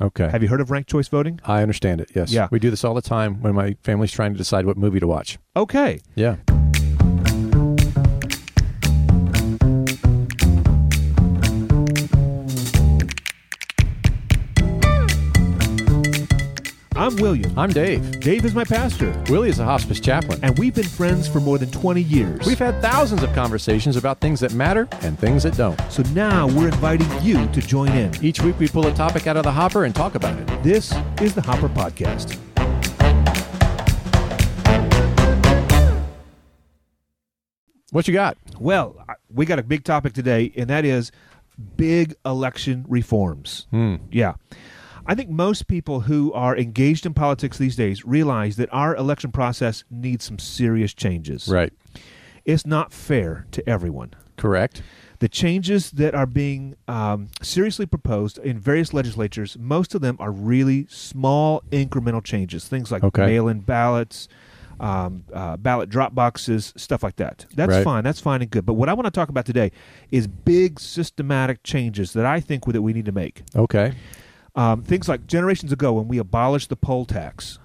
Okay. Have you heard of ranked choice voting? I understand it. Yes. Yeah. We do this all the time when my family's trying to decide what movie to watch. Okay. Yeah. I'm William. I'm Dave. Dave is my pastor, Willie is a hospice chaplain. and we've been friends for more than 20 years. We've had thousands of conversations about things that matter and things that don't. so now we're inviting you to join in. Each week we pull a topic out of the hopper and talk about it. This is the Hopper Podcast. What you got? Well, I- we got a big topic today, and that is big election reforms. Hmm. Yeah. I think most people who are engaged in politics these days realize that our election process needs some serious changes. Right. It's not fair to everyone. Correct. The changes that are being um, seriously proposed in various legislatures, most of them are really small incremental changes, things like Okay. mail in ballots, um, uh, ballot drop boxes, stuff like that. That's Right. fine. That's fine and good. But what I want to talk about today is big systematic changes that I think that we need to make. Okay. Um, things like generations ago when we abolished the poll tax,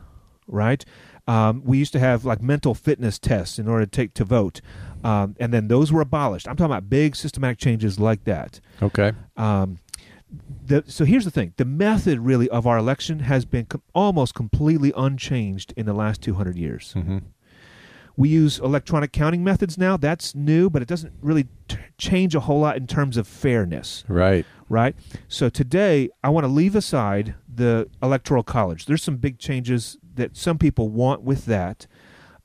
right? Um, we used to have like mental fitness tests in order to take to vote, um, and then those were abolished. I'm talking about big systematic changes like that. Okay. Um, the, so here's the thing: the method really of our election has been com- almost completely unchanged in the last 200 years. Mm-hmm. We use electronic counting methods now. That's new, but it doesn't really t- change a whole lot in terms of fairness Right. right? So today, I want to leave aside the electoral college. There's some big changes that some people want with that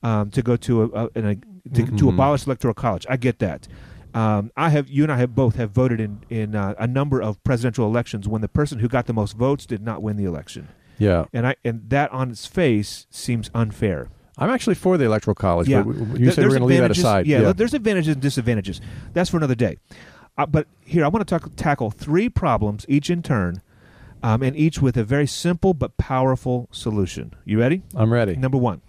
um, to go to a, a, an, a to, to Mhm. abolish electoral college. I get that. Um, I have you and I have both have voted in in uh, a number of presidential elections when the person who got the most votes did not win the election, Yeah. and I and that on its face seems unfair. I'm actually for the electoral college, Yeah. but w- w- you There- said we're there's going to leave that advantages- aside. Yeah, there's advantages and disadvantages. That's for another day. Uh, but here, I want to talk, tackle three problems, each in turn, um, and each with a very simple but powerful solution. You ready? I'm ready. Number one,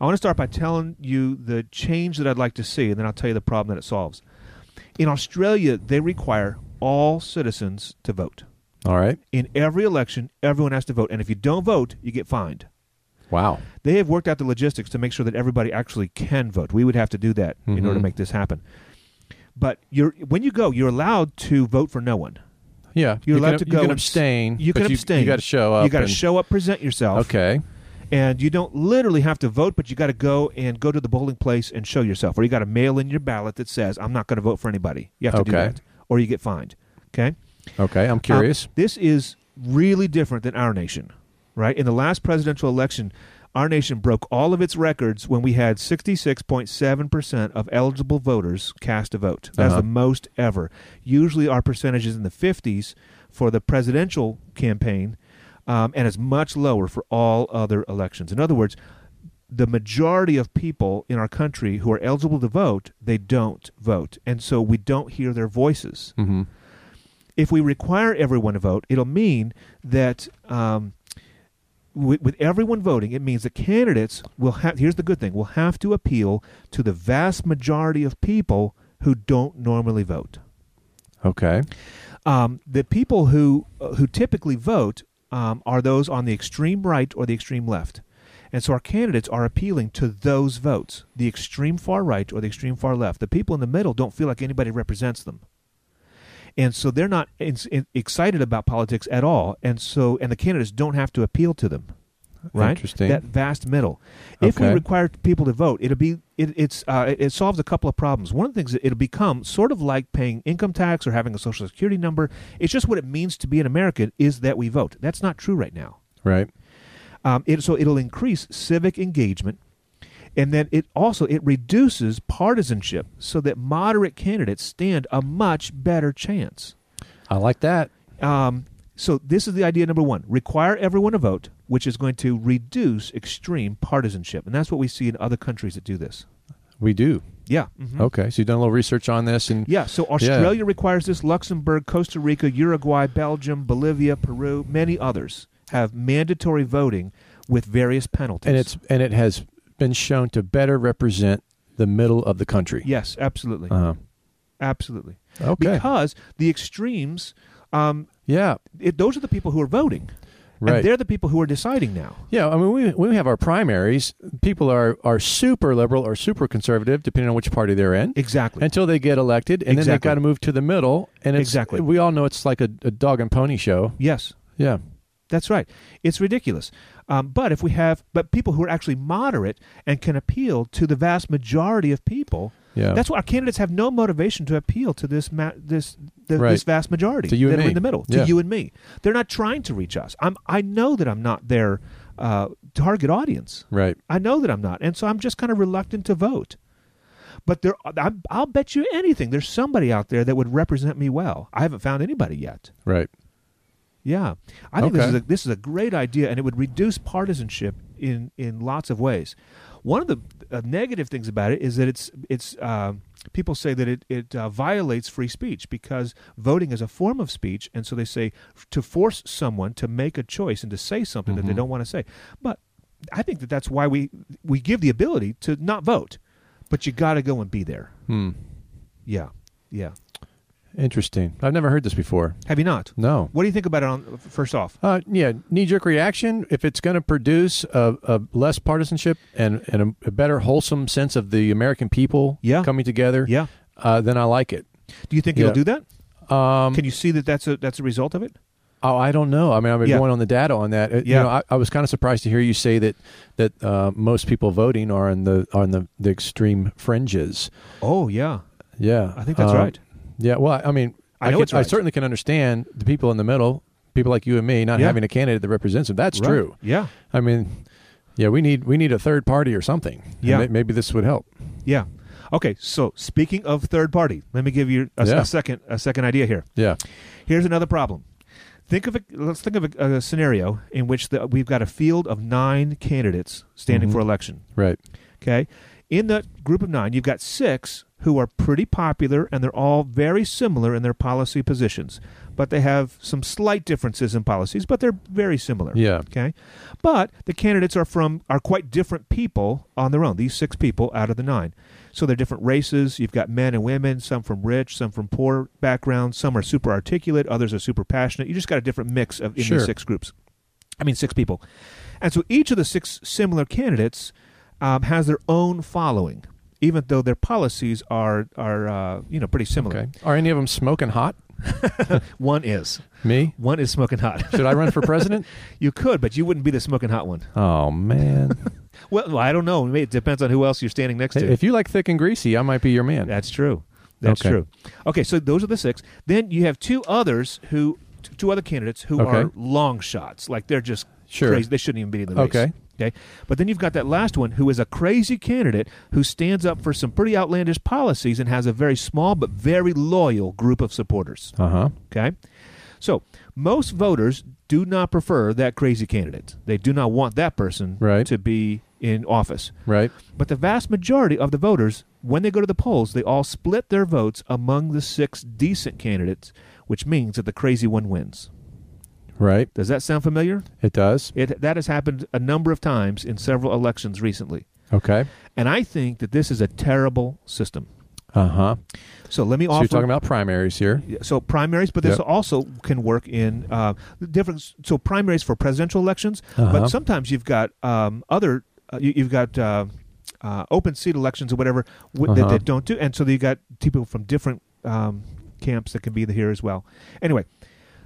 I want to start by telling you the change that I'd like to see, and then I'll tell you the problem that it solves. In Australia, they require all citizens to vote. All right. In every election, everyone has to vote, and if you don't vote, you get fined Wow. they have worked out the logistics to make sure that everybody actually can vote. We would have to do that in order to Mhm. make this happen. But you're when you go, you're allowed to vote for no one. Yeah. You're you allowed can, to you go can and- abstain. You but can abstain. You got to show up. You got to and- show up, present yourself. Okay. And you don't literally have to vote, but you got to go and go to the polling place and show yourself, or you got to mail in your ballot that says I'm not going to vote for anybody. You have to do Okay. that, or you get fined. Okay. Okay. I'm curious. Um, this is really different than our nation, right? In the last presidential election, our nation broke all of its records when we had 66.7% of eligible voters cast a vote. That's Uh-huh. the most ever. Usually our percentage is in the 50s for the presidential campaign, um, and it's much lower for all other elections. In other words, the majority of people in our country who are eligible to vote, they don't vote. And so we don't hear their voices mm-hmm. if we require everyone to vote, it'll mean that um, with, with everyone voting, it means that candidates will have. Here's the good thing: will have to appeal to the vast majority of people who don't normally vote. Okay. Um, the people who uh, who typically vote um, are those on the extreme right or the extreme left, and so our candidates are appealing to those votes: the extreme far right or the extreme far left. The people in the middle don't feel like anybody represents them, and so they're not ins- in- excited about politics at all. And so, and the candidates don't have to appeal to them. Right, Interesting. that vast middle. If we Okay. require people to vote, it'll be it, it's uh, it, it solves a couple of problems. One of the things that it'll become sort of like paying income tax or having a social security number. It's just what it means to be an American is that we vote. That's not true right now. Right. Um, it, so it'll increase civic engagement, and then it also it reduces partisanship so that moderate candidates stand a much better chance. I like that. Um, so this is the idea number one: require everyone to vote, which is going to reduce extreme partisanship, and that's what we see in other countries that do this. We do. Yeah. mhm. Okay. So you've done a little research on this, and Yeah, so Australia requires this. Luxembourg, Costa Rica, Uruguay, Belgium, Bolivia, Peru, many others have mandatory voting with various penalties. and it's and it has been shown to better represent the middle of the country. yes, absolutely, Uh-huh. absolutely, Okay. because the extremes, um, yeah. it, those are the people who are voting. Right. And they're the people who are deciding now. Yeah, I mean, we, we have our primaries. People are, are super liberal or super conservative, depending on which party they're in, Exactly. until they get elected, and then they've Exactly. got to move to the middle. And it's, Exactly. we all know it's like a, a dog and pony show. yes, Yeah, that's right. It's ridiculous. Um, but if we have, but people who are actually moderate and can appeal to the vast majority of people, yeah. that's why our candidates have no motivation to appeal to this ma- this the, Right. this vast majority To you that and are me. in the middle. Yeah. To you and me, they're not trying to reach us. I'm I know that I'm not their uh, target audience. right. I know that I'm not, and so I'm just kind of reluctant to vote. But there, I, I'll bet you anything. There's somebody out there that would represent me well. I haven't found anybody yet. Right. Yeah, I think this Okay. is a, this is a great idea, and it would reduce partisanship in in lots of ways. One of the uh, negative things about it is that it's it's um people say that it it uh, violates free speech because voting is a form of speech, and so they say to force someone to make a choice and to say something that they Mhm. don't want to say. But I think that that's why we we give the ability to not vote, but you got to go and be there. Hmm. Yeah, yeah. Interesting. I've never heard this before. Have you not? No. What do you think about it? On first off, Uh, yeah, knee jerk reaction. If it's going to produce a, a less partisanship and, and a, a better wholesome sense of the American people Yeah. coming together, yeah. uh, then I like it. Do you think Yeah. it'll do that? Um, Can you see that that's a that's a result of it? oh, I don't know. I mean, I've been Yeah. going on the data on that. It- Yeah. You know, I, I was kind of surprised to hear you say that that uh, most people voting are on the on the, the extreme fringes. Oh yeah, Yeah, I think that's Um, right. Yeah. Well, I mean, I know can- it's right. I certainly can understand the people in the middle, people like you and me, not Yeah. having a candidate that represents them. That's Right. true. Yeah, I mean, yeah, we need we need a third party or something. And Yeah. may- maybe this would help. yeah. Okay, so speaking of third party, let me give you a, a Yeah. second a second idea here. Yeah. Here's another problem. Think of a, let's think of a, a scenario in which the, we've got a field of nine candidates standing Mhm. for election. Right. Okay, in the group of nine, you've got six who are pretty popular and they're all very similar in their policy positions, but they have some slight differences in policies, but they're very similar. Yeah. Okay, but the candidates are from are quite different people on their own. These six people out of the nine, so they're different races. You've got men and women, some from rich, some from poor backgrounds. Some are super articulate, others are super passionate. You just got a different mix of in Sure. these six groups. I mean, six people, and so each of the six similar candidates um, has their own following, even though their policies are are uh, you know pretty similar. Okay. Are any of them smoking hot? One is Me? one is smoking hot. Should I run for president? you could, but you wouldn't be the smoking hot one. oh man. Well, I don't know. It depends on who else you're standing next to. if you like thick and greasy, I might be your man. That's true. That's Okay. true. Okay, so those are the six. Then you have two others who, t- two other candidates who Okay. are long shots. Like they're just Sure. crazy. They shouldn't even be in the race. Okay. Okay. But then you've got that last one who is a crazy candidate who stands up for some pretty outlandish policies and has a very small but very loyal group of supporters. Uh huh. Okay. So most voters do not prefer that crazy candidate. They do not want that person Right. to be in office. Right. But the vast majority of the voters, when they go to the polls, they all split their votes among the six decent candidates, which means that the crazy one wins. Right. Does that sound familiar? It does. It, that has happened a number of times in several elections recently. Okay. And I think that this is a terrible system. Uh huh. So let me So offer. you're talking about primaries here. so primaries, but this Yep. also can work in uh, different. So primaries for presidential elections, Uh-huh. but sometimes you've got um, other. Uh, you, you've got uh, uh, open seat elections or whatever w- Uh-huh. that, that don't do, and so you got people from different um, camps that can be here as well. Anyway,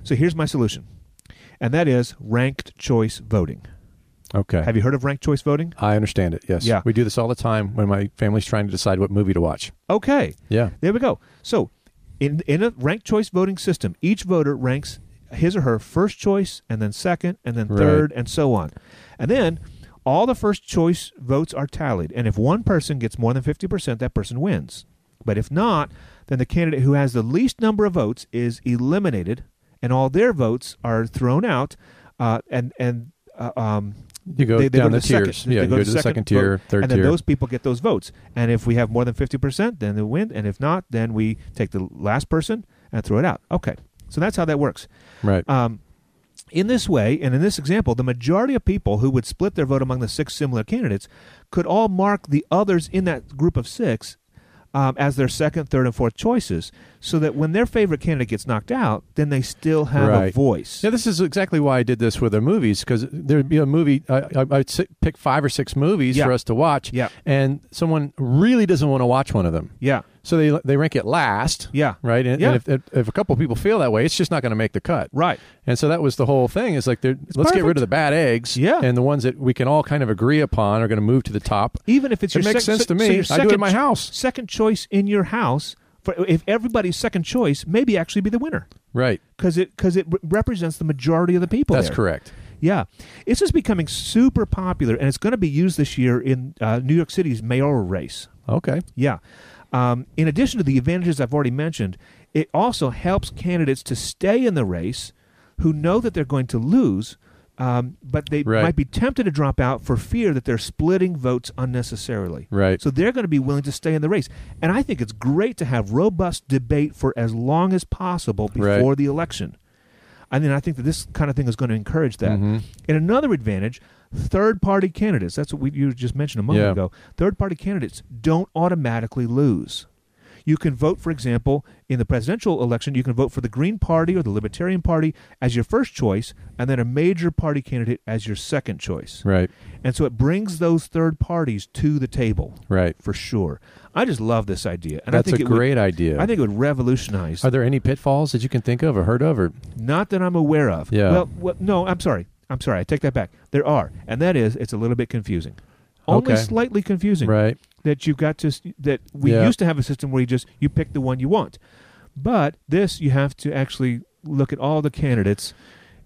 so here's my solution, and that is ranked choice voting. Okay. Have you heard of ranked choice voting? I understand it. Yes. Yeah. We do this all the time when my family's trying to decide what movie to watch. Okay, Yeah. There we go. So, in in a ranked choice voting system, each voter ranks his or her first choice, and then second, and then Right. third, and so on. And then all the first choice votes are tallied, and if one person gets more than fifty percent, that person wins. But if not, then the candidate who has the least number of votes is eliminated, and all their votes are thrown out, uh, and and uh, um, You go they, they down go to the, the tiers. Second, yeah. they You go to the second, tier, vote, third and then tier. those people get those votes. And if we have more than fifty percent, then they win. And if not, then we take the last person and throw it out. Okay, so that's how that works. right. Um, in this way, and in this example, the majority of people who would split their vote among the six similar candidates could all mark the others in that group of six um, as their second, third, and fourth choices, so that when their favorite candidate gets knocked out, then they still have a Right. voice. Yeah, this is exactly why I did this with the movies because there'd be a movie. I, I, I'd si- pick five or six movies Yeah. for us to watch, Yeah. and someone really doesn't want to watch one of them, Yeah, so they they rank it last, yeah, right? And, Yeah. and if, if if a couple people feel that way, it's just not going to make the cut, right. And so that was the whole thing. Is like they're- let's get perfect. rid of the bad eggs, Yeah. and the ones that we can all kind of agree upon are going to move to the top. Even if it's It your makes sec- sense so- to so me. I your do it second in my ch- house. Second choice in your house for if everybody's second choice, maybe actually be the winner Right. because it because it re- represents the majority of the people. That's there. correct. Yeah, it's just becoming super popular, and it's going to be used this year in uh, New York City's mayoral race. Okay. Yeah. Um, in addition to the advantages I've already mentioned, it also helps candidates to stay in the race who know that they're going to lose, um, but they Right. might be tempted to drop out for fear that they're splitting votes unnecessarily. Right. So they're going to be willing to stay in the race. And I think it's great to have robust debate for as long as possible Right. before the election. And then I think that this kind of thing is going to encourage that. Mhm. And another advantage, third party candidates, that's what we, you just mentioned a moment Yeah. ago, third party candidates don't automatically lose. You can vote, for example, in the presidential election, you can vote for the Green Party or the Libertarian Party as your first choice, and then a major party candidate as your second choice. Right. And so it brings those third parties to the table Right. for sure. I just love this idea. And That's I think a it would- great idea. I think it would revolutionize. Are there any pitfalls that you can think of or heard of? Or Not that I'm aware of. Yeah. Well, well, no, I'm sorry. I'm sorry. I take that back. There are, and that is, it's a little bit confusing. Only Okay. slightly confusing right. that you've got to s- that we Yeah. used to have a system where you just you pick the one you want, but this you have to actually look at all the candidates,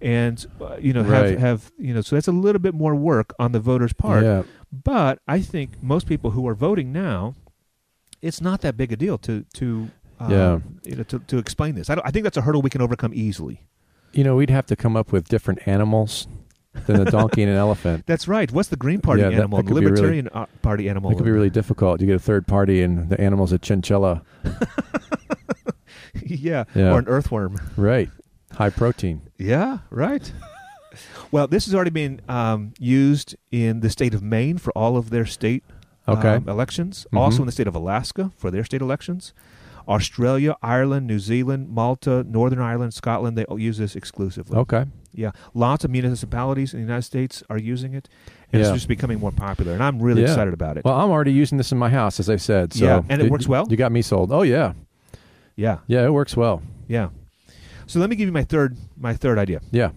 and uh, you know Right. have have you know so that's a little bit more work on the voters' part. Yeah. But I think most people who are voting now, it's not that big a deal to to uh, Yeah. you know, to, to explain this. I, don't, I think that's a hurdle we can overcome easily. You know, we'd have to come up with different animals than a donkey and an elephant. That's right. What's the Green Party Yeah, that- animal? that the could be really- Libertarian uh, Party animal? It could be really difficult. You get a third party, and the animal's a chinchilla. yeah. Yeah. or an earthworm. Right. High protein. Yeah, right. well, this has already been um, used in the state of Maine for all of their state Okay. um, elections, Mhm. also in the state of Alaska for their state elections. Australia, Ireland, New Zealand, Malta, Northern Ireland, Scotland, they all use this exclusively. Okay. Yeah, lots of municipalities in the United States are using it, and it's Yeah. just becoming more popular. And I'm really Yeah. excited about it. Well, I'm already using this in my house, as I said. So Yeah, and it you- works well? You got me sold. Oh yeah, yeah, yeah, it works well. yeah. So let me give you my third my third idea. Yeah.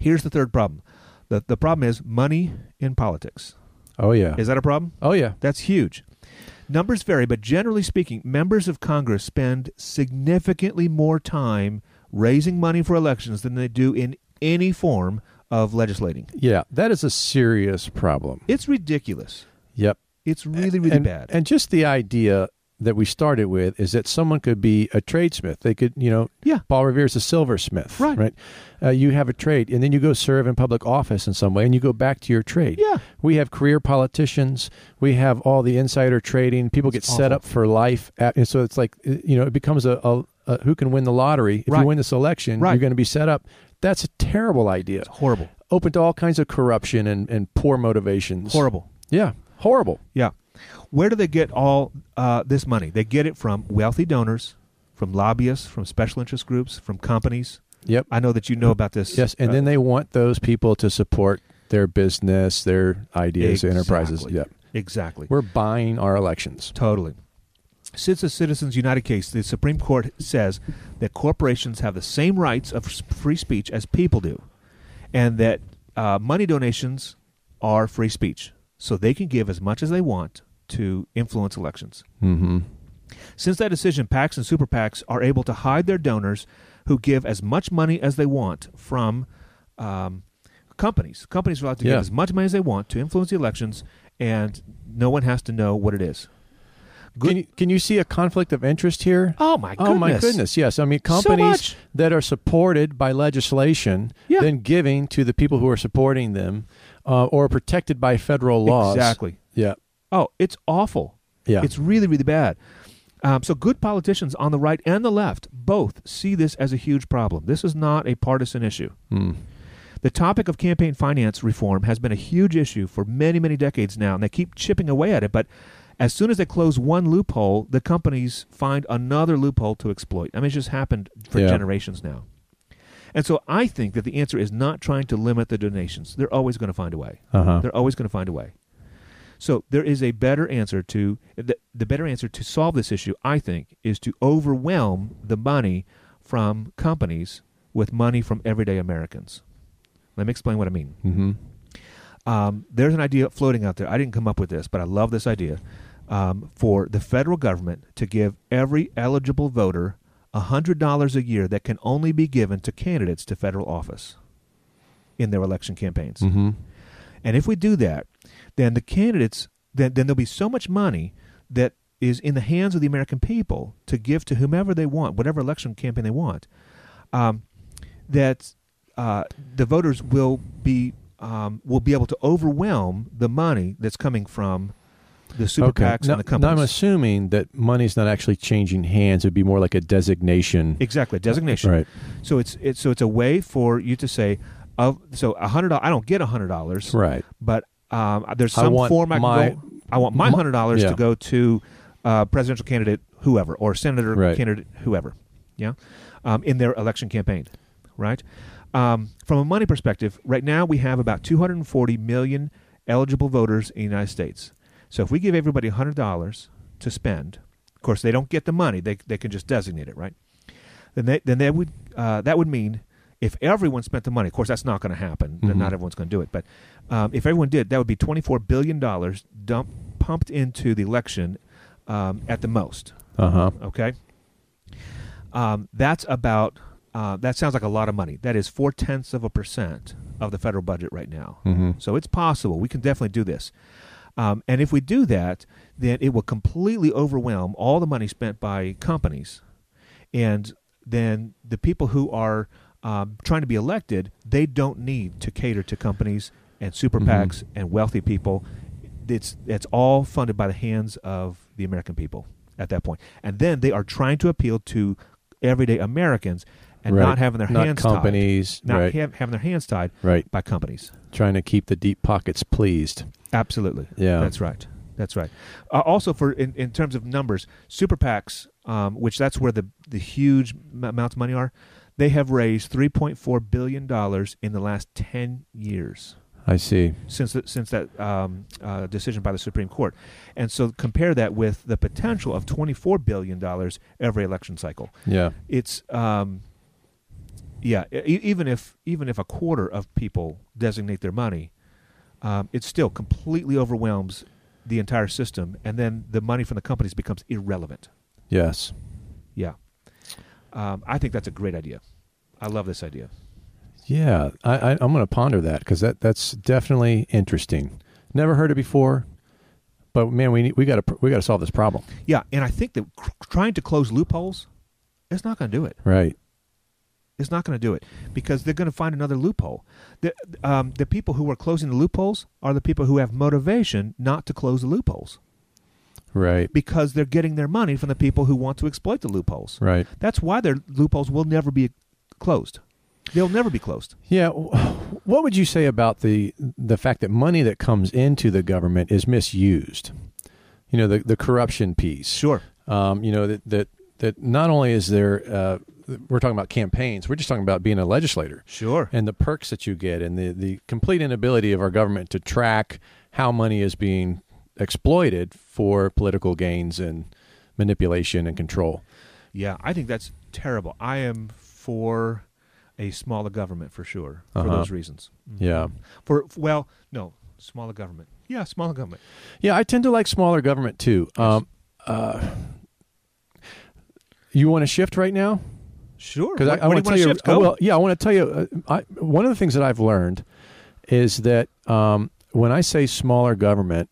Here's the third problem. The the problem is money in politics. Oh yeah. Is that a problem? Oh yeah. That's huge. Numbers vary, but generally speaking, members of Congress spend significantly more time raising money for elections than they do in any form of legislating. Yeah. That is a serious problem. It's ridiculous. Yep. It's really, really and, bad. And just the idea that we started with is that someone could be a tradesmith. They could, you know, Yeah. Paul Revere's a silversmith, Right. Right. Uh, you have a trade, and then you go serve in public office in some way, and you go back to your trade. yeah. We have career politicians. We have all the insider trading. People It's get set awful. up for life, at, and so it's like uh, you know, it becomes a, a, a who can win the lottery. If Right. you win this election, Right. you're going to be set up. That's a terrible idea. It's horrible. Open to all kinds of corruption and, and poor motivations. Horrible. Yeah. Horrible. Yeah. Where do they get all uh, this money? They get it from wealthy donors, from lobbyists, from special interest groups, from companies. Yep. I know that you know about this. Yes, and uh, then they want those people to support their business, their ideas, their enterprises. Exactly. Yeah. exactly. We're buying our elections. Totally. Since the Citizens United case, the Supreme Court says that corporations have the same rights of s- free speech as people do, and that uh, money donations are free speech. So they can give as much as they want to influence elections. Mm-hmm. Since that decision, PACs and super PACs are able to hide their donors who give as much money as they want from um, companies. Companies are allowed to Yeah. give as much money as they want to influence the elections, and no one has to know what it is. Good- Can, you, can you see a conflict of interest here? Oh my goodness! Oh my goodness! Yes, I mean So companies much. that are supported by legislation, Yeah. then giving to the people who are supporting them, uh, or protected by federal laws. Exactly. Yeah. Oh, it's awful. Yeah. It's really, really bad. Um, so good politicians on the right and the left both see this as a huge problem. This is not a partisan issue. Mm. The topic of campaign finance reform has been a huge issue for many, many decades now, and they keep chipping away at it. But As soon as they close one loophole, the companies find another loophole to exploit. I mean, it's just happened for Yeah. generations now. And so I think that the answer is not trying to limit the donations. They're always going to find a way. Uh-huh. They're always going to find a way. So there is a better answer to the, the better answer to solve this issue. I think is to overwhelm the money from companies with money from everyday Americans. Let me explain what I mean. Mm-hmm. Um, there's an idea floating out there. I didn't come up with this, but I love this idea um, for the federal government to give every eligible voter $100 a year that can only be given to candidates to federal office in their election campaigns. Mm-hmm. And if we do that, then the candidates, then, then there'll be so much money that is in the hands of the American people to give to whomever they want, whatever election campaign they want, um, that uh, the voters will be um, will be able to overwhelm the money that's coming from the super okay. PACs now, and the now I'm companies. assuming that money's not actually changing hands. It'd be more like a designation. exactly, designation. Right. So it's it's so it's a way for you to say, of so a hundred. I don't get a hundred dollars. Right. but um, there's I some want form I can my- go. I want my my- hundred dollars yeah. to go to uh, presidential candidate whoever or senator Right. candidate whoever, yeah, um, in their election campaign, right? Um, from a money perspective, right now we have about 240 million eligible voters in the United States. So if we give everybody hundred dollars to spend, of course they don't get the money; they they can just designate it, right? Then they then they would uh, that would mean if everyone spent the money, of course that's not going to happen. Then Mhm. Not everyone's going to do it, but um, if everyone did, that would be twenty-four billion dollars dump pumped into the election um, at the most. Uh huh. Okay, um, that's about. Uh, that sounds like a lot of money. That is four tenths of a percent of the federal budget right now. Mm-hmm. So it's possible. We can definitely do this. Um, and if we do that, then it will completely overwhelm all the money spent by companies. And then the people who are um, trying to be elected, they don't need to cater to companies and super Mhm. PACs and wealthy people. It's, it's all funded by the hands of the American people at that point. And then they are trying to appeal to everyday Americans and Right. not having their Not hands tied. companies. Not right. ha- having their hands tied Right. by companies. Trying to keep the deep pockets pleased. Absolutely. Yeah. That's right. That's right. Uh, also, for in, in terms of numbers, super PACs, um, which that's where the the huge m- amounts of money are, they have raised three point four billion dollars in the last ten years I see. since the, since that um, uh, decision by the Supreme Court, and so compare that with the potential of twenty four billion dollars every election cycle. Yeah. It's um, yeah, e- even if even if a quarter of people designate their money, um, it still completely overwhelms the entire system, and then the money from the companies becomes irrelevant. Yes. Yeah, um, I think that's a great idea. I love this idea. Yeah, I, I, I'm going to ponder that because that that's definitely interesting. Never heard it before, but man, we need, we got to we got to solve this problem, Yeah, and I think that cr- trying to close loopholes, it's not going to do it. right? It's not going to do it because they're going to find another loophole. The, um, the people who are closing the loopholes are the people who have motivation not to close the loopholes Right, because they're getting their money from the people who want to exploit the loopholes. right. That's why their loopholes will never be closed. They'll never be closed. Yeah. w- What would you say about the the fact that money that comes into the government is misused? You know, the the corruption piece. Sure. Um, you know that that that not only is there uh, we're talking about campaigns, we're just talking about being a legislator. Sure. and the perks that you get and the, the complete inability of our government to track how money is being exploited for political gains and manipulation and control. Yeah, I think that's terrible. I am for a smaller government for sure for Uh-huh. those reasons. Yeah. For well, no, smaller government. Yeah, smaller government. Yeah, I tend to like smaller government too. Um, uh, you want to shift right now? Sure. Because What- I, I what want to do tell you. shift? Go. well, yeah, I want to tell you. Uh, I, one of the things that I've learned is that um, when I say smaller government,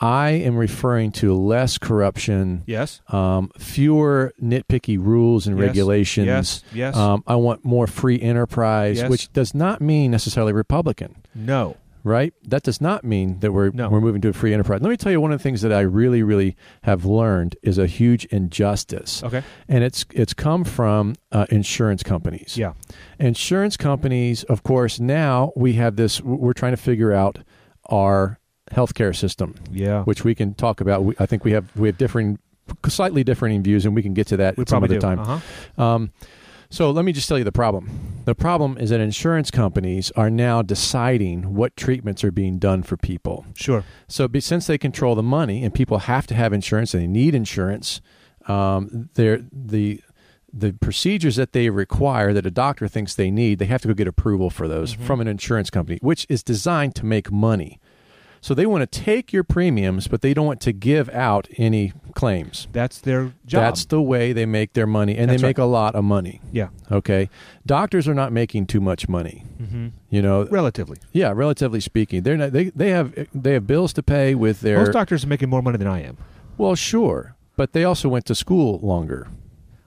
I am referring to less corruption, yes. um, fewer nitpicky rules and Yes. regulations. Yes. Yes. Um, I want more free enterprise, Yes. which does not mean necessarily Republican, no. right? That does not mean that we're No. we're moving to a free enterprise. Let me tell you one of the things that I really, really have learned is a huge injustice, Okay. and it's it's come from uh, insurance companies. Yeah. Insurance companies, of course, now we have this. We're trying to figure out our healthcare system, Yeah. which we can talk about. We, I think we have we have differing, slightly differing views, and we can get to that we at some probably other do. time. Uh-huh. Um, so let me just tell you the problem. The problem is that insurance companies are now deciding what treatments are being done for people. Sure. So be, since they control the money and people have to have insurance and they need insurance, um, they're, the the procedures that they require that a doctor thinks they need, they have to go get approval for those Mm-hmm. from an insurance company, which is designed to make money. So they want to take your premiums, but they don't want to give out any claims. That's their job. That's the way they make their money, and That's they right. make a lot of money. yeah. Okay, doctors are not making too much money. Mm-hmm. You know, Relatively. yeah, relatively speaking, they're not. They they have they have bills to pay with their. Most doctors are making more money than I am. well, sure, but they also went to school longer.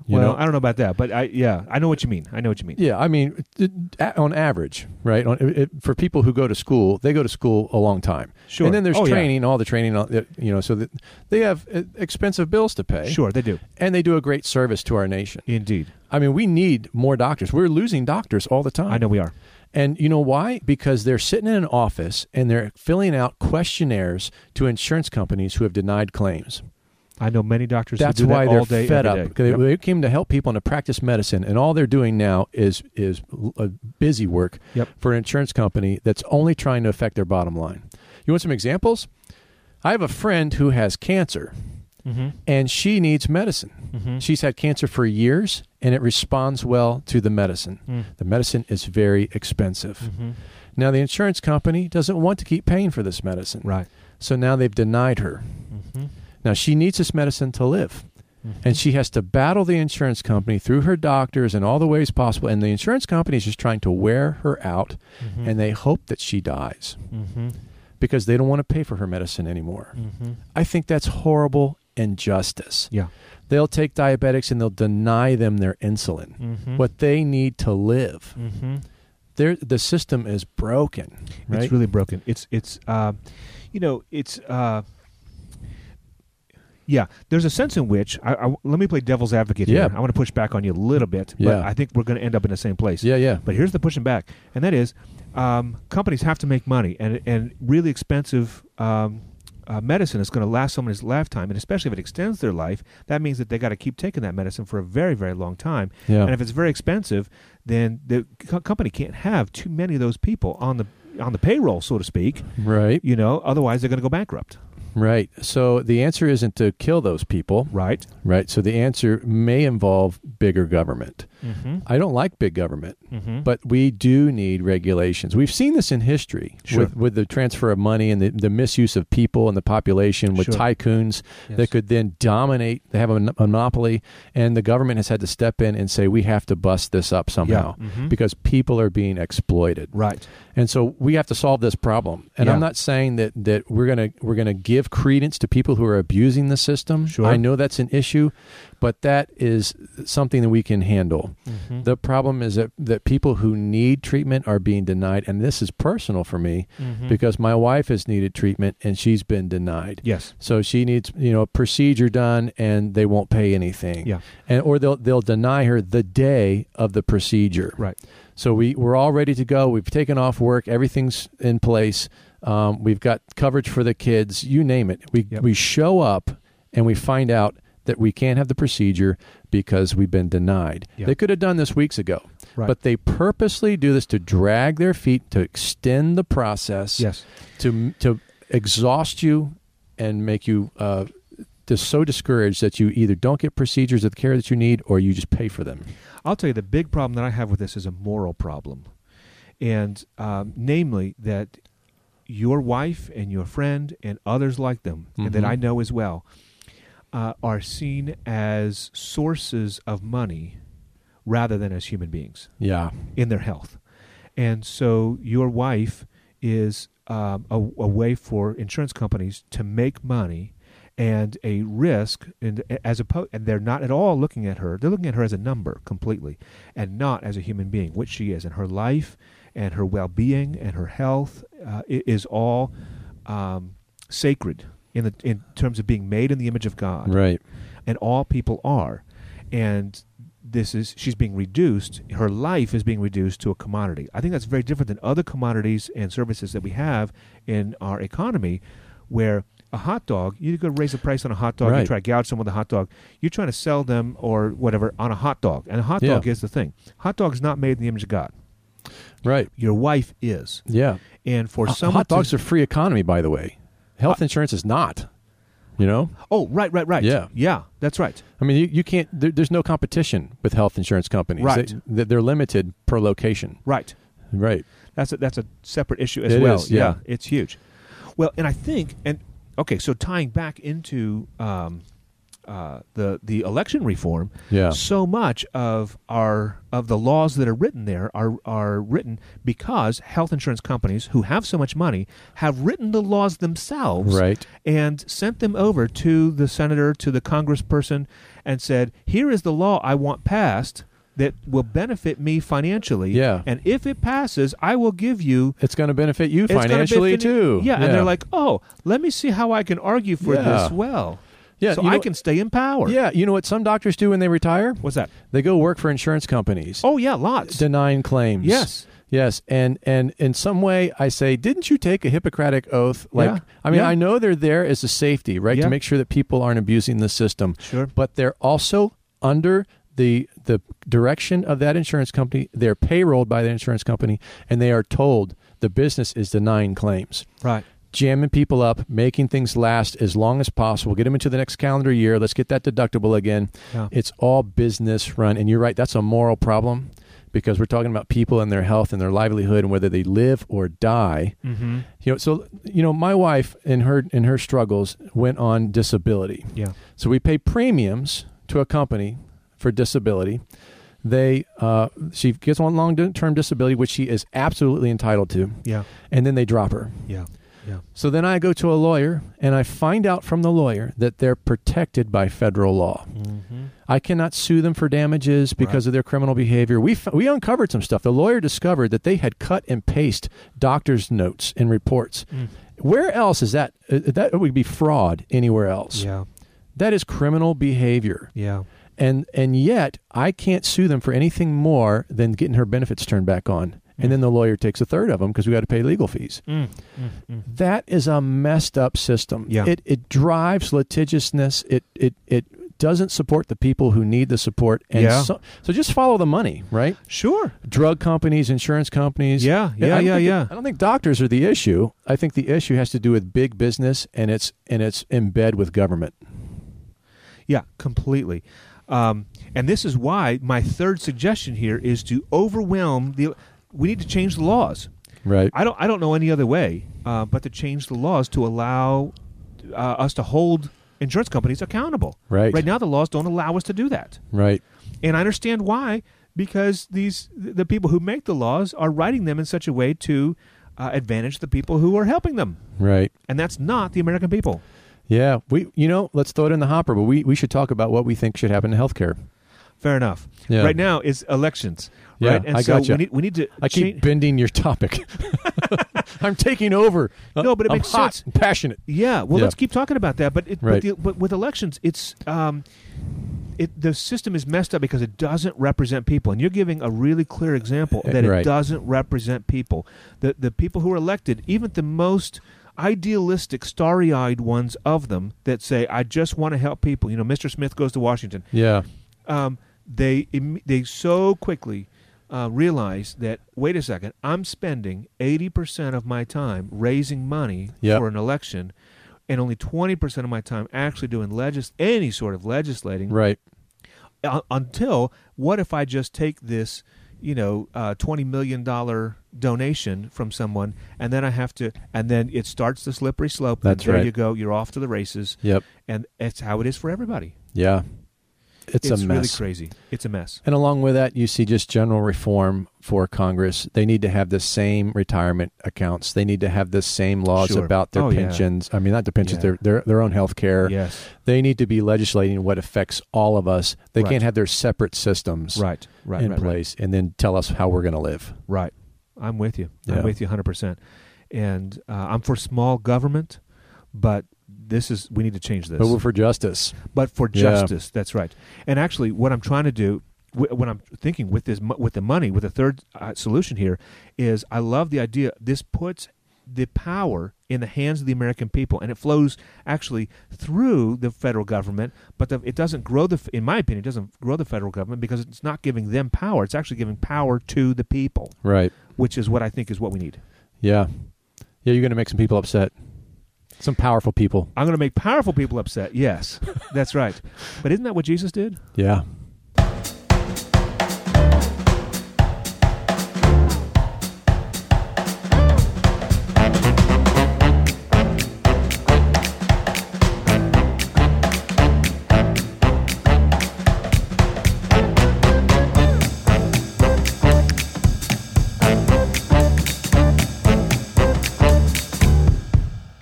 You well, know, I don't know about that, but I yeah, I know what you mean. I know what you mean. yeah, I mean, it- it- on average, right? On, it, it- for people who go to school, they go to school a long time. Sure. And then there's Oh, yeah. training, all the training, all the- you know, so that they have uh, expensive bills to pay. Sure, they do. And they do a great service to our nation. Indeed. I mean, we need more doctors. We're losing doctors all the time. I know we are. And you know why? Because they're sitting in an office and they're filling out questionnaires to insurance companies who have denied claims. I know many doctors That's who do why that they're all day fed every up. day. They, Yep. they came to help people and to practice medicine, and all they're doing now is is uh, busy work Yep. for an insurance company that's only trying to affect their bottom line. You want some examples? I have a friend who has cancer, and she needs medicine. She's had cancer for years, and it responds well to the medicine. The medicine is very expensive. Mm. Now, the insurance company doesn't want to keep paying for this medicine. Right. So now they've denied her. Now, she needs this medicine to live. And she has to battle the insurance company through her doctors in all the ways possible. And the insurance company is just trying to wear her out. Mm. And they hope that she dies because they don't want to pay for her medicine anymore. I think that's horrible injustice. Mm-hmm. Yeah. They'll take diabetics and they'll deny them their Mm-hmm. insulin, what they need to live. Mm. They're, the system is broken. Right? It's really broken. It's it's uh, you know it's uh, yeah. There's a sense in which I, I- let me play devil's advocate Yeah. here. I want to push back on you a little bit, Yeah. but I think we're going to end up in the same place. yeah, yeah. But here's the pushing back, and that is um, companies have to make money, and and really expensive. Um, uh, medicine is going to last someone's lifetime, and especially if it extends their life, that means that they got to keep taking that medicine for a very, very long time. Yeah. And if it's very expensive, then the co- company can't have too many of those people on the on the payroll, so to speak. Right, You know, otherwise they're going to go bankrupt, right. So the answer isn't to kill those people, right? right? So the answer may involve bigger government. Mm-hmm. I don't like big government, Mm-hmm. but we do need regulations. We've seen this in history Sure. with, with the transfer of money and the, the misuse of people and the population with Sure. tycoons that could then dominate, they have a mon- monopoly, and the government has had to step in and say, we have to bust this up somehow Mhm. because people are being exploited. right. And so we have to solve this problem. And I'm Yeah. not saying that, that we're gonna we're gonna give credence to people who are abusing the system. Sure. I know that's an issue, but that is something that we can handle. Mhm. The problem is that, that people who need treatment are being denied, and this is personal for me Mhm. because my wife has needed treatment and she's been denied. Yes. So she needs, you know, a procedure done, and they won't pay anything. Yeah. and or they'll they'll deny her the day of the procedure. Right. So we we're all ready to go. We've taken off work. Everything's in place. Um, we've got coverage for the kids. You name it. We Yep. we show up and we find out that we can't have the procedure because we've been denied. Yeah. They could have done this weeks ago, Right. but they purposely do this to drag their feet to extend the process yes. to to exhaust you and make you uh, just so discouraged that you either don't get procedures of the care that you need or you just pay for them. I'll tell you the big problem that I have with this is a moral problem, and um, namely that your wife and your friend and others like them, and that Mhm. I know as well, uh, are seen as sources of money rather than as human beings Yeah, in their health, and so your wife is um, a, a way for insurance companies to make money. And a risk, and as opposed, and they're not at all looking at her. They're looking at her as a number completely, and not as a human being, which she is. And her life, and her well-being, and her health uh, i- is all um, sacred in the in terms of being made in the image of God right. and all people are. And this is she's being reduced her life is being reduced to a commodity i think that's very different than other commodities and services that we have in our economy where a hot dog you go raise the price on a hot dog you Right. try to gouge someone with a hot dog you're trying to sell them or whatever on a hot dog and a hot Yeah. dog is the thing hot dog's not made in the image of god Right. your wife is Yeah. and for Uh, some hot dogs are free economy, by the way. Health insurance is not. You know, oh right right right Yeah. yeah that's right I mean, you, you can't. There, there's no competition with health insurance companies. Right. They- They, they're limited per location. right Right. That's a, that's a separate issue as It well. is, yeah. it's huge. Well, and I think and okay, so tying back into um, uh, the the election reform, Yeah. so much of our of the laws that are written there are are written because health insurance companies who have so much money have written the laws themselves, Right. and sent them over to the senator, to the congressperson, and said, Here is the law I want passed that will benefit me financially. Yeah. And if it passes, I will give you. It's going to benefit you it's gonna financially benefit- too. Yeah, and they're like, "Oh, let me see how I can argue for Yeah. this well, yeah, so you know I what- can stay in power." Yeah, you know what some doctors do when they retire? what's that? They go work for insurance companies, Oh yeah, lots. denying claims. Yes, Yes, and and in some way, I say, didn't you take a Hippocratic oath? Like, Yeah. I mean, Yeah. I know they're there as a safety, right, Yeah. to make sure that people aren't abusing the system, sure. but they're also under the the direction of that insurance company. They're payrolled by the insurance company, and they are told the business is denying claims Right. jamming people up, making things last as long as possible, get them into the next calendar year. Let's get that deductible again. Yeah. Oh. It's all business run. And you're right, that's a moral problem because we're talking about people and their health and their livelihood and whether they live or die. Mm-hmm. You know, so you know, my wife in her in her struggles went on disability. Yeah. So we pay premiums to a company for disability. They uh, she gets on long term disability, which she is absolutely entitled to, Yeah. and then they drop her. Yeah. Yeah. So then I go to a lawyer and I find out from the lawyer that they're protected by federal law. Mm-hmm. I cannot sue them for damages because of their criminal behavior. We, f- we uncovered some stuff. The lawyer discovered that they had cut and paste doctor's notes and reports. Mm. Where else is that? uh, That would be fraud anywhere else. Yeah. That is criminal behavior. Yeah. And, and yet, I can't sue them for anything more than getting her benefits turned back on. And then the lawyer takes a third of them because we got to pay legal fees. Mm. Mm. Mm. That is a messed up system. Yeah. It it drives litigiousness. It it it doesn't support the people who need the support. And Yeah. so, so just follow the money, right? Sure. Drug companies, insurance companies. Yeah. I Yeah. don't Yeah. think- Yeah. I don't think doctors are the issue. I think the issue has to do with big business and it's and it's in bed with government. Yeah, completely. Um, and this is why my third suggestion here is to overwhelm the. We need to change the laws. Right. I don't. I don't know any other way uh, but to change the laws to allow uh, us to hold insurance companies accountable. Right. Right now, the laws don't allow us to do that, Right. and I understand why because these the people who make the laws are writing them in such a way to uh, advantage the people who are helping them, Right. and that's not the American people. Yeah. We you know, let's throw it in the hopper, but we, we should talk about what we think should happen to healthcare. Fair enough. Yeah. Right now is elections. Yeah, right? and I so gotcha. we need we need to I keep change- bending your topic. I'm taking over. No, but it I'm makes hot sense. and passionate. Yeah, well, Yeah. let's keep talking about that. But it, Right. but, the, but with elections, it's um, it the system is messed up because it doesn't represent people, and you're giving a really clear example Eh, that it right. doesn't represent people. The the people who are elected, even the most idealistic, starry-eyed ones of them, that say, "I just want to help people." You know, Mr. Smith goes to Washington. Yeah, um, they im- they so quickly uh, realize that wait a second, I'm spending eighty percent of my time raising money Yep. for an election, and only twenty percent of my time actually doing legis any sort of legislating. right. U- until what if I just take this, you know, uh, twenty million dollar donation from someone, and then I have to, and then it starts the slippery slope. That's and there right. you go, you're off to the races, Yep. and it's how it is for everybody. Yeah. It's, a really mess. crazy. It's a mess. and along with that, you see just general reform for Congress. They need to have the same retirement accounts. They need to have the same laws Sure. about their Oh, yeah. pensions. I mean, not the pensions, Yeah. their, their their own health care. Yes. They need to be legislating what affects all of us. They Right. can't have their separate systems right right in right, right place and then tell us how we're going to live. right i'm with you Yeah. i'm with you 100% and uh, i'm for small government but this is we need to change this But we're for justice. but for Yeah. justice that's right and actually what i'm trying to do wh- what I'm thinking with this, mo- with the money, with the third uh, solution here, is I love the idea. This puts the power in the hands of the American people, and it flows actually through the federal government. But the, it doesn't grow the, f- in my opinion, it doesn't grow the federal government because it's not giving them power. It's actually giving power to the people, Right. which is what I think is what we need. Yeah. Yeah, you're going to make some people upset. Some powerful people. I'm going to make powerful people upset. Yes, that's right. But isn't that what Jesus did? Yeah.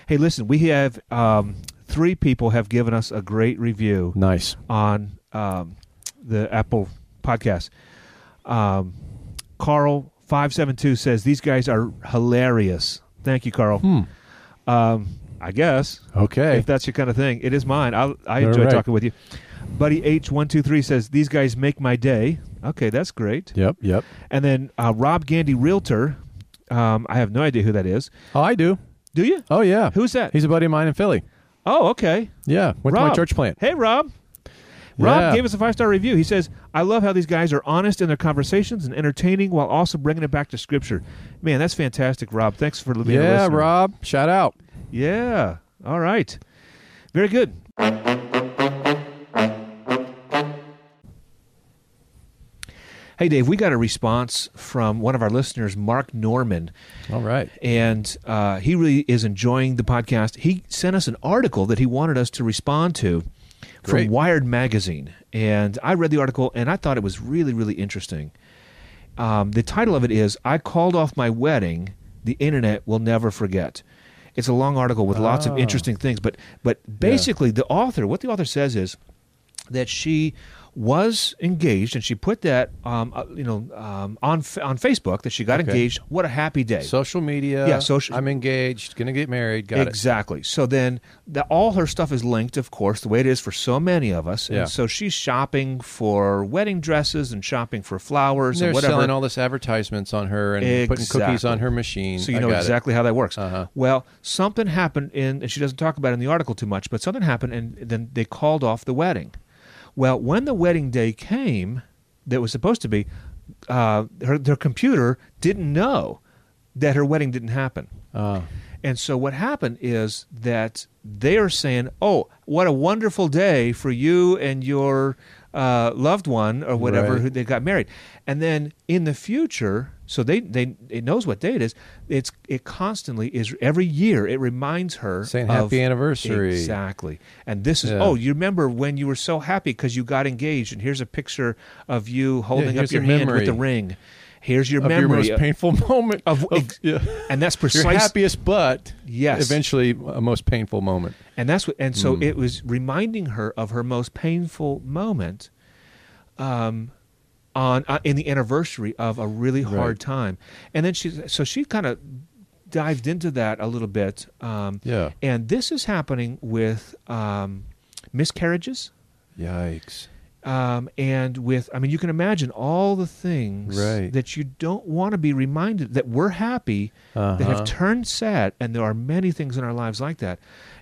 Hey, listen, we have um, three people have given us a great review Nice. on um, the Apple podcast. Um, Carl five seven two says these guys are hilarious. Thank you, Carl. Hmm. Um, I guess Okay. if that's your kind of thing, it is mine. I, I enjoy All right. talking with you. Buddy H one two three says these guys make my day. Okay, that's great. Yep, yep. And then uh, Rob Gandy Realtor. Um, I have no idea who that is. Oh, I do. Do you? Oh, yeah. Who's that? He's a buddy of mine in Philly. oh, okay. Yeah. Went to my Rob. church plant. Hey, Rob. Rob Yeah. gave us a five star review. He says, I love how these guys are honest in their conversations and entertaining while also bringing it back to Scripture. Man, that's fantastic, Rob. Thanks for being a Yeah, listener. Rob. Shout out. Yeah. All right. Very good. Hey, Dave, we got a response from one of our listeners, Mark Norman All right. and uh, he really is enjoying the podcast. He sent us an article that he wanted us to respond to Great. from Wired magazine, and I read the article and I thought it was really, really interesting. Um, the title of it is "I Called Off My Wedding: The Internet Will Never Forget." It's a long article with lots Ah. of interesting things, but but basically, the author, what the author says is that she was engaged, and she put that um, uh, you know um, on F- on Facebook that she got Okay. engaged. What a happy day! Social media. Yeah, social- I'm engaged. Going to get married. Got it. exactly. So then the, all her stuff is linked, of course, the way it is for so many of us. Yeah. And so she's shopping for wedding dresses and shopping for flowers They're and whatever. selling all this advertisements on her and putting cookies Exactly. on her machine. so you I know got it. exactly how that works. Uh-huh. Well, something happened in, and she doesn't talk about it in the article too much, but something happened, and then they called off the wedding. Well, when the wedding day came, that was supposed to be, uh, her their computer didn't know that her wedding didn't happen. Uh, And so what happened is that they are saying, "Oh, what a wonderful day for you and your uh, loved one or whatever Right. who they got married." And then in the future, so they they it knows what day it is. It's it constantly is every year. It reminds her Saying of- happy anniversary. exactly. And this is Yeah. oh, you remember when you were so happy because you got engaged? And here's a picture of you holding up here's your a hand memory with the ring. Here's your of your memory. most painful moment of- yeah. and that's your precisely happiest, but Yes. eventually a most painful moment. and that's what and Hmm. so it was reminding her of her most painful moment um on uh, in the anniversary of a really hard Right. time and then she so she kind of dived into that a little bit um Yeah. and this is happening with um miscarriages Yikes. um, and with I mean you can imagine all the things Right. that you don't want to be reminded that we're happy that Uh-huh. have turned sad, and there are many things in our lives like that.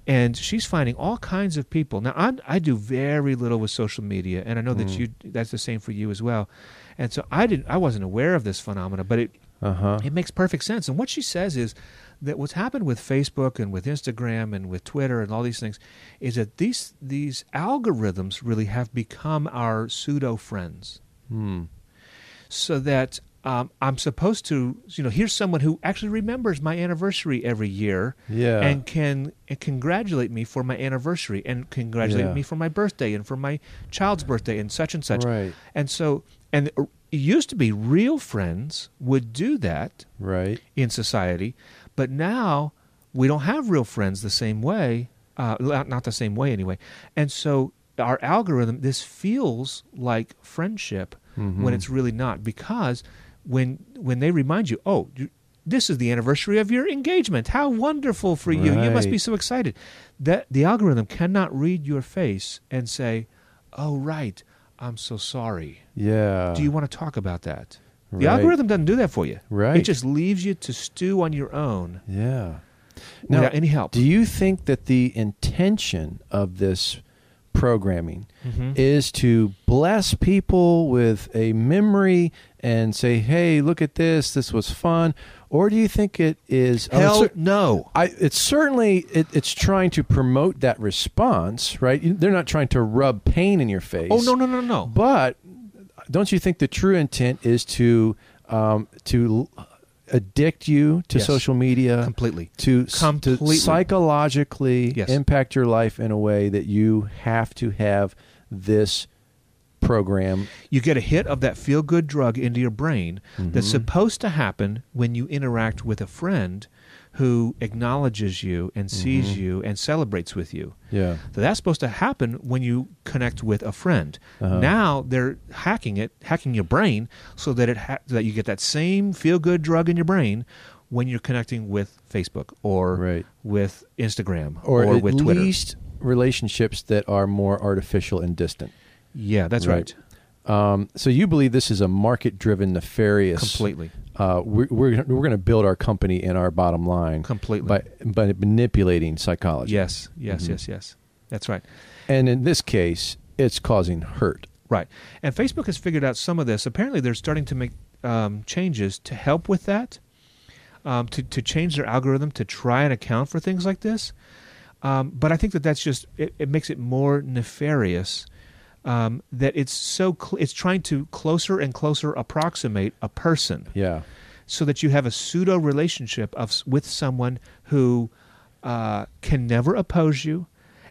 And she's finding all kinds of people. Now I I do very little with social media, and I know that Mm. you that's the same for you as well. And so I didn't I wasn't aware of this phenomena, but it Uh huh. it makes perfect sense. And what she says is that what's happened with Facebook and with Instagram and with Twitter and all these things is that these these algorithms really have become our pseudo friends. Hmm. So that um, I'm supposed to, you know, here's someone who actually remembers my anniversary every year Yeah. and can and congratulate me for my anniversary and congratulate Yeah. me for my birthday and for my child's birthday and such and such. Right. And so, and it used to be real friends would do that Right. in society, but now we don't have real friends the same way, uh, not not the same way anyway. And so our algorithm, this feels like friendship when it's really not, because when when they remind you, oh. You, this is the anniversary of your engagement. How wonderful for you. You must be Right. so excited. That the algorithm cannot read your face and say, "Oh right, I'm so sorry. Yeah. Do you want to talk about that? The Uh, Right. algorithm doesn't do that for you. Right. It just leaves you to stew on your own Yeah. Now, without any help. do you think that the intention of this programming Mhm. is to bless people with a memory and say, "Hey, look at this. This was fun," or do you think it is? oh, Hell cer- no. I, it's certainly it, it's trying to promote that response, right? You- They're not trying to rub pain in your face. Oh no no no no. But don't you think the true intent is to um, to l- addict you to Yes. social media? Uh, Completely. to, s- to Completely. psychologically Yes. impact your life in a way that you have to have this program. You get a hit of that feel good drug into your brain Mm-hmm. that's supposed to happen when you interact with a friend who acknowledges you and sees Mm-hmm. you and celebrates with you. Yeah. So that's supposed to happen when you connect with a friend. Uh-huh. Now they're hacking it, hacking your brain, so that it ha- that you get that same feel good drug in your brain when you're connecting with Facebook or Right. with Instagram Or, at with Twitter. least relationships that are more artificial and distant. yeah, that's Right. right. Um, so you believe this is a market-driven, nefarious. Completely, Uh, we're we're, we're going to build our company and our bottom line completely. by by manipulating psychology. yes, yes, Mhm. yes, yes. That's right. And in this case, it's causing hurt. Right. And Facebook has figured out some of this. Apparently, they're starting to make um, changes to help with that, um, to, to change their algorithm to try and account for things like this. Um, but I think that that's just, it, it makes it more nefarious. Um, that it's so cl- it's trying to closer and closer approximate a person Yeah. so that you have a pseudo relationship of s- with someone who uh, can never oppose you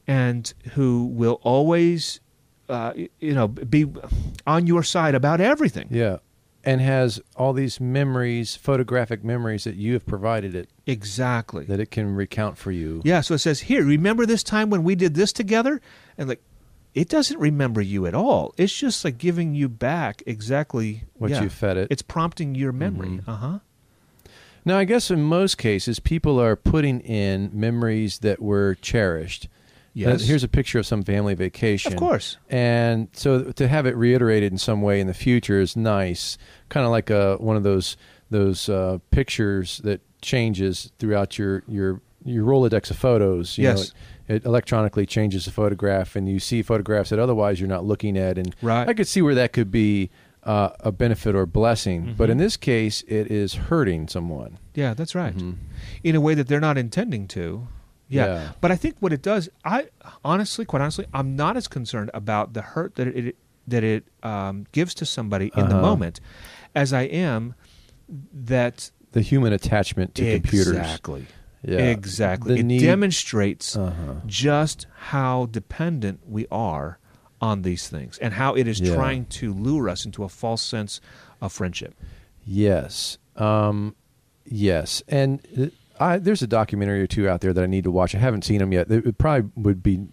and who will always uh, y- you know be on your side about everything Yeah. And has all these memories, photographic memories that you have provided it exactly that it can recount for you. yeah so it says here remember this time when we did this together and like it doesn't remember you at all it's just like giving you back exactly What yeah. you fed it. it's prompting your memory Mhm. uh-huh now, I guess in most cases, people are putting in memories that were cherished. yes Uh, here's a picture of some family vacation. of course And so to have it reiterated in some way in the future is nice. Kind of like a, one of those those uh, pictures that changes throughout your your your Rolodex of photos. You Yes. Know, it, it electronically changes the photograph, and you see photographs that otherwise you're not looking at. And Right. I could see where that could be uh, a benefit or blessing. But Mm-hmm. in this case, it is hurting someone. yeah that's right Mhm. in a way that they're not intending to. Yeah. Yeah. But I think what it does, I honestly, quite honestly, I'm not as concerned about the hurt that it that it um, gives to somebody in the Uh-huh. moment as I am that The human attachment to computers. Exactly. Yeah. Exactly. The it need- demonstrates Uh-huh. just how dependent we are on these things and how it is Yeah. trying to lure us into a false sense of friendship. Yes. Um, yes. And uh, I, there's a documentary or two out there that I need to watch. I haven't seen them yet. It would probably would be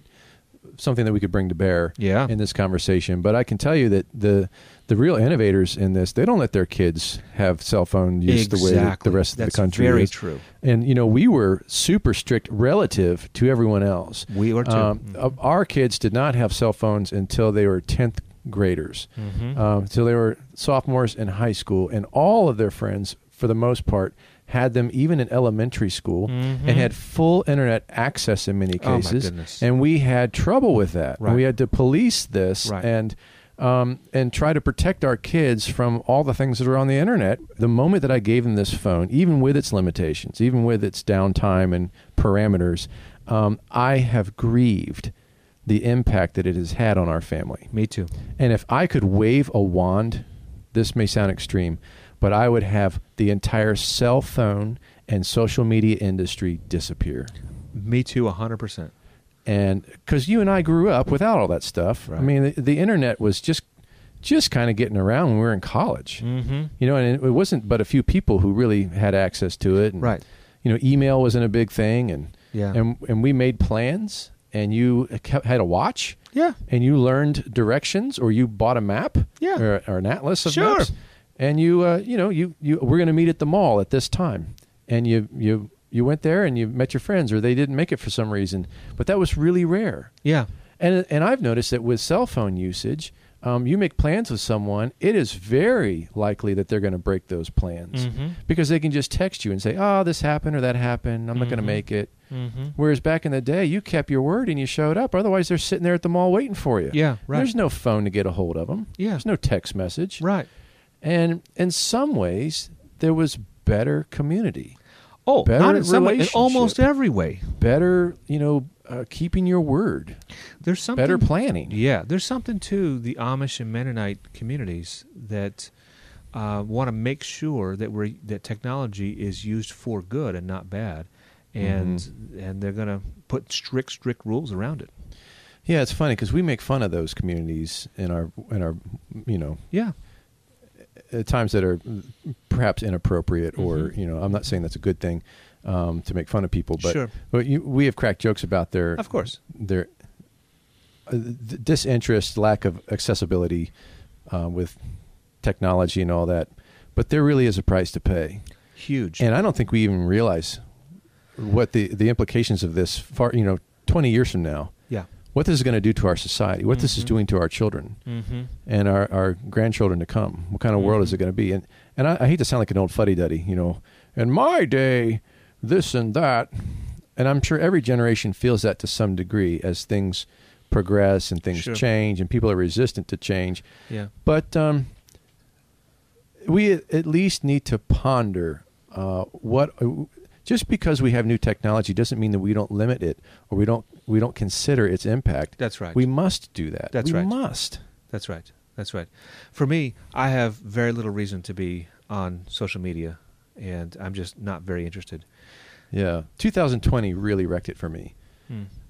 something that we could bring to bear Yeah. in this conversation. But I can tell you that the the real innovators in this, they don't let their kids have cell phone use the way that the Exactly. rest of That's the country very is. true. And you know, we were super strict relative to everyone else. We are too. Mm-hmm. Um, uh, Our kids did not have cell phones until they were tenth graders. Mhm. Um, so they were sophomores in high school, and all of their friends, for the most part, had them even in elementary school and had full internet access in many Mm-hmm. Oh, my cases. goodness. And we had trouble with that. And Right. we had to police this Right. and um, and try to protect our kids from all the things that are on the internet. The moment that I gave them this phone, even with its limitations, even with its downtime and parameters, um, I have grieved the impact that it has had on our family. Me too. And if I could wave a wand, this may sound extreme, but I would have the entire cell phone and social media industry disappear. Me too, 100%. And because you and I grew up without all that stuff, I Right. mean, the, the internet was just just kind of getting around when we were in college, Mm-hmm. you know, and it, it wasn't but a few people who really had access to it. And, Right. You know, email wasn't a big thing, and Yeah. and and we made plans, and you uh, kept, had a watch, yeah. and you learned directions or you bought a map Yeah. or, or an atlas of Sure. maps and you uh, you know you, you we're going to meet at the mall at this time and you you you went there and you met your friends or they didn't make it for some reason but that was really rare Yeah. and and I've noticed that with cell phone usage um, you make plans with someone, it is very likely that they're going to break those plans Mm. Mm-hmm. because they can just text you and say, "Oh, this happened or that happened. I'm not going to Mhm. make it." Mm-hmm. Whereas back in the day, you kept your word and you showed up. Otherwise, they're sitting there at the mall waiting for you. Yeah, right. There's no phone to get a hold of them. yeah, There's no text message. right. And in some ways, there was better community, Oh, Better not in some way, in almost relationship. every way. better, you know, uh, keeping your word, There's something better planning. Yeah, there's something to the Amish and Mennonite communities that uh, want to make sure that we are that technology is used for good and not bad, and Mm-hmm. and they're going to put strict strict rules around it. Yeah, it's funny because we make fun of those communities in our in our you know Yeah, at uh, times that are mm, perhaps inappropriate or Mhm. Mm-hmm. you know I'm not saying that's a good thing um, to make fun of people, but Sure. but you, we have cracked jokes about their of course. their uh, th- disinterest, lack of accessibility uh, with technology and all that. But there really is a price to pay, Huge. and I don't think we even realize what the the implications of this far you know 20 years from now yeah. what this is going to do to our society, what this is Mhm. doing to our children Mm-hmm. and our, our grandchildren to come. What kind of world Mm-hmm. is it going to be? And and I, I hate to sound like an old fuddy duddy, you know. In my day, this and that, and I'm sure every generation feels that to some degree as things progress and things Sure. change, and people are resistant to change. Yeah. But um, we at at least need to ponder uh, what. Just because we have new technology doesn't mean that we don't limit it or we don't we don't consider its impact. That's right. We must do that. That's we right. must. That's right. That's right. For me, I have very little reason to be on social media, and I'm just not very interested. Yeah, 2020 really wrecked it for me.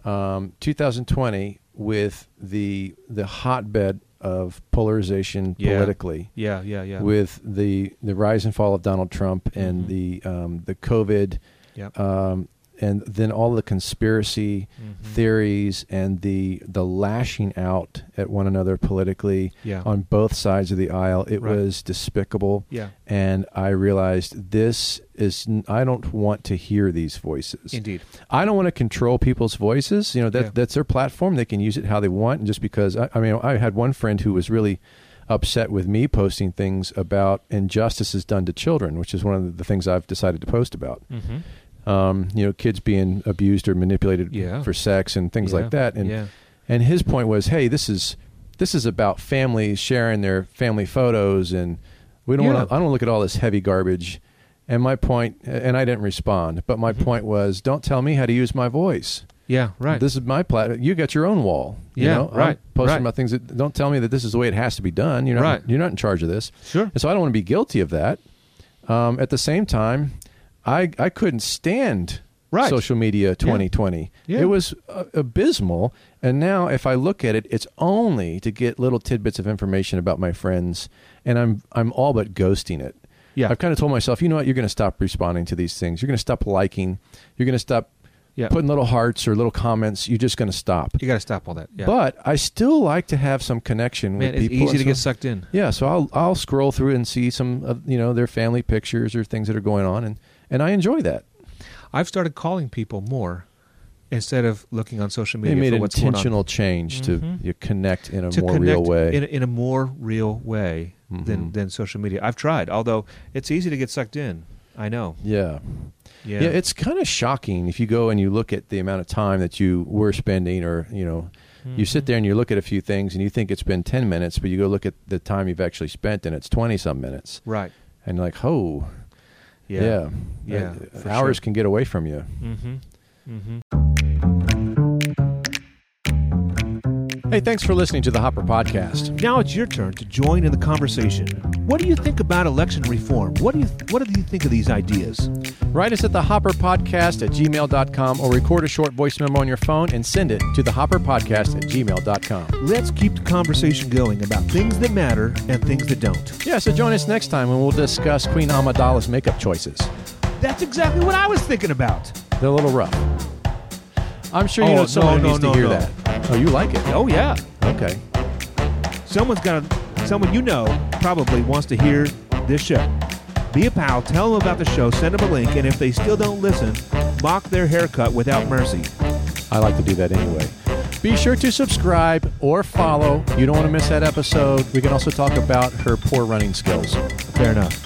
Um, 2020 with the the hotbed of polarization Yeah. politically, Yeah, yeah, yeah. Mm-hmm. with the the rise and fall of Donald Trump and Mhm. the um, the COVID, Yep. um, and then all the conspiracy Mm-hmm. Mhm. theories and the the lashing out at one another politically yeah. on both sides of the aisle. It Right. was despicable yeah. and I realized this is n- I don't want to hear these voices. Indeed. I don't want to control people's voices. You know that Yeah. that's their platform; they can use it how they want. And just because I, I mean, I had one friend who was really upset with me posting things about injustices done to children, which is one of the things I've decided to post about. Mm-hmm. Um, you know, kids being abused or manipulated Yeah. for sex and things Yeah. like that. And yeah. and his point was, hey, this is this is about families sharing their family photos, and we don't Yeah. want to. I don't look at all this heavy garbage. And my point, and I didn't respond, but my point was, don't tell me how to use my voice. Yeah, right. This is my platform. You got your own wall. You Yeah, know? I'm right, posting right. about things that don't tell me that this is the way it has to be done. You're not. Right. You're not in charge of this. sure. And so I don't want to be guilty of that. Um, at the same time, I I couldn't stand Right. social media 2020. Yeah. It was uh, abysmal. And now if I look at it, it's only to get little tidbits of information about my friends and I'm I'm all but ghosting it. Yeah. I've kind of told myself, you know what, you're going to stop responding to these things. You're going to stop liking. You're going to stop Yeah. putting little hearts or little comments. You're just going to stop. You got to stop all that. Yeah. But I still like to have some connection man, with it's people. easy and to so- get sucked in. yeah, so I'll I'll scroll through and see some of you know their family pictures or things that are going on, and and I enjoy that. I've started calling people more instead of looking on social They media made for an what's going on. Mm-hmm. intentional change to Mhm. you connect in a to more connect real way. in a, in a more real way than Mhm. than social media. I've tried, although it's easy to get sucked in. I know. yeah. Yeah. yeah, It's kind of shocking if you go and you look at the amount of time that you were spending, or you know, you Mm-hmm. sit there and you look at a few things and you think it's been ten minutes, but you go look at the time you've actually spent and it's twenty some minutes, right. and you're like, oh, Yeah. yeah, Yeah, Uh, for hours sure. can get away from you. Mm-hmm. Mm-hmm. Hey, thanks for listening to the Hopper Podcast. Now it's your turn to join in the conversation. What do you think about election reform? What do you what do you think of these ideas? Write us at the Hopper Podcast at gmail.com or record a short voice memo on your phone and send it to the Hopper Podcast at gmail.com. Let's keep the conversation going about things that matter and things that don't. Yeah, so join us next time when we'll discuss Queen Amidala's makeup choices. That's exactly what I was thinking about. They're a little rough. I'm sure you Oh, know someone no, who needs no, to hear no, no. that. Oh, you like it? Oh yeah. Okay. Someone's gonna someone you know probably wants to hear this show. Be a pal, tell them about the show, send them a link, and if they still don't listen, mock their haircut without mercy. I like to do that anyway. Be sure to subscribe or follow. You don't want to miss that episode. We can also talk about her poor running skills. Fair enough.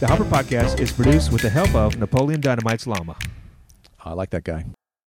The Hopper Podcast is produced with the help of Napoleon Dynamite's Llama. I like that guy.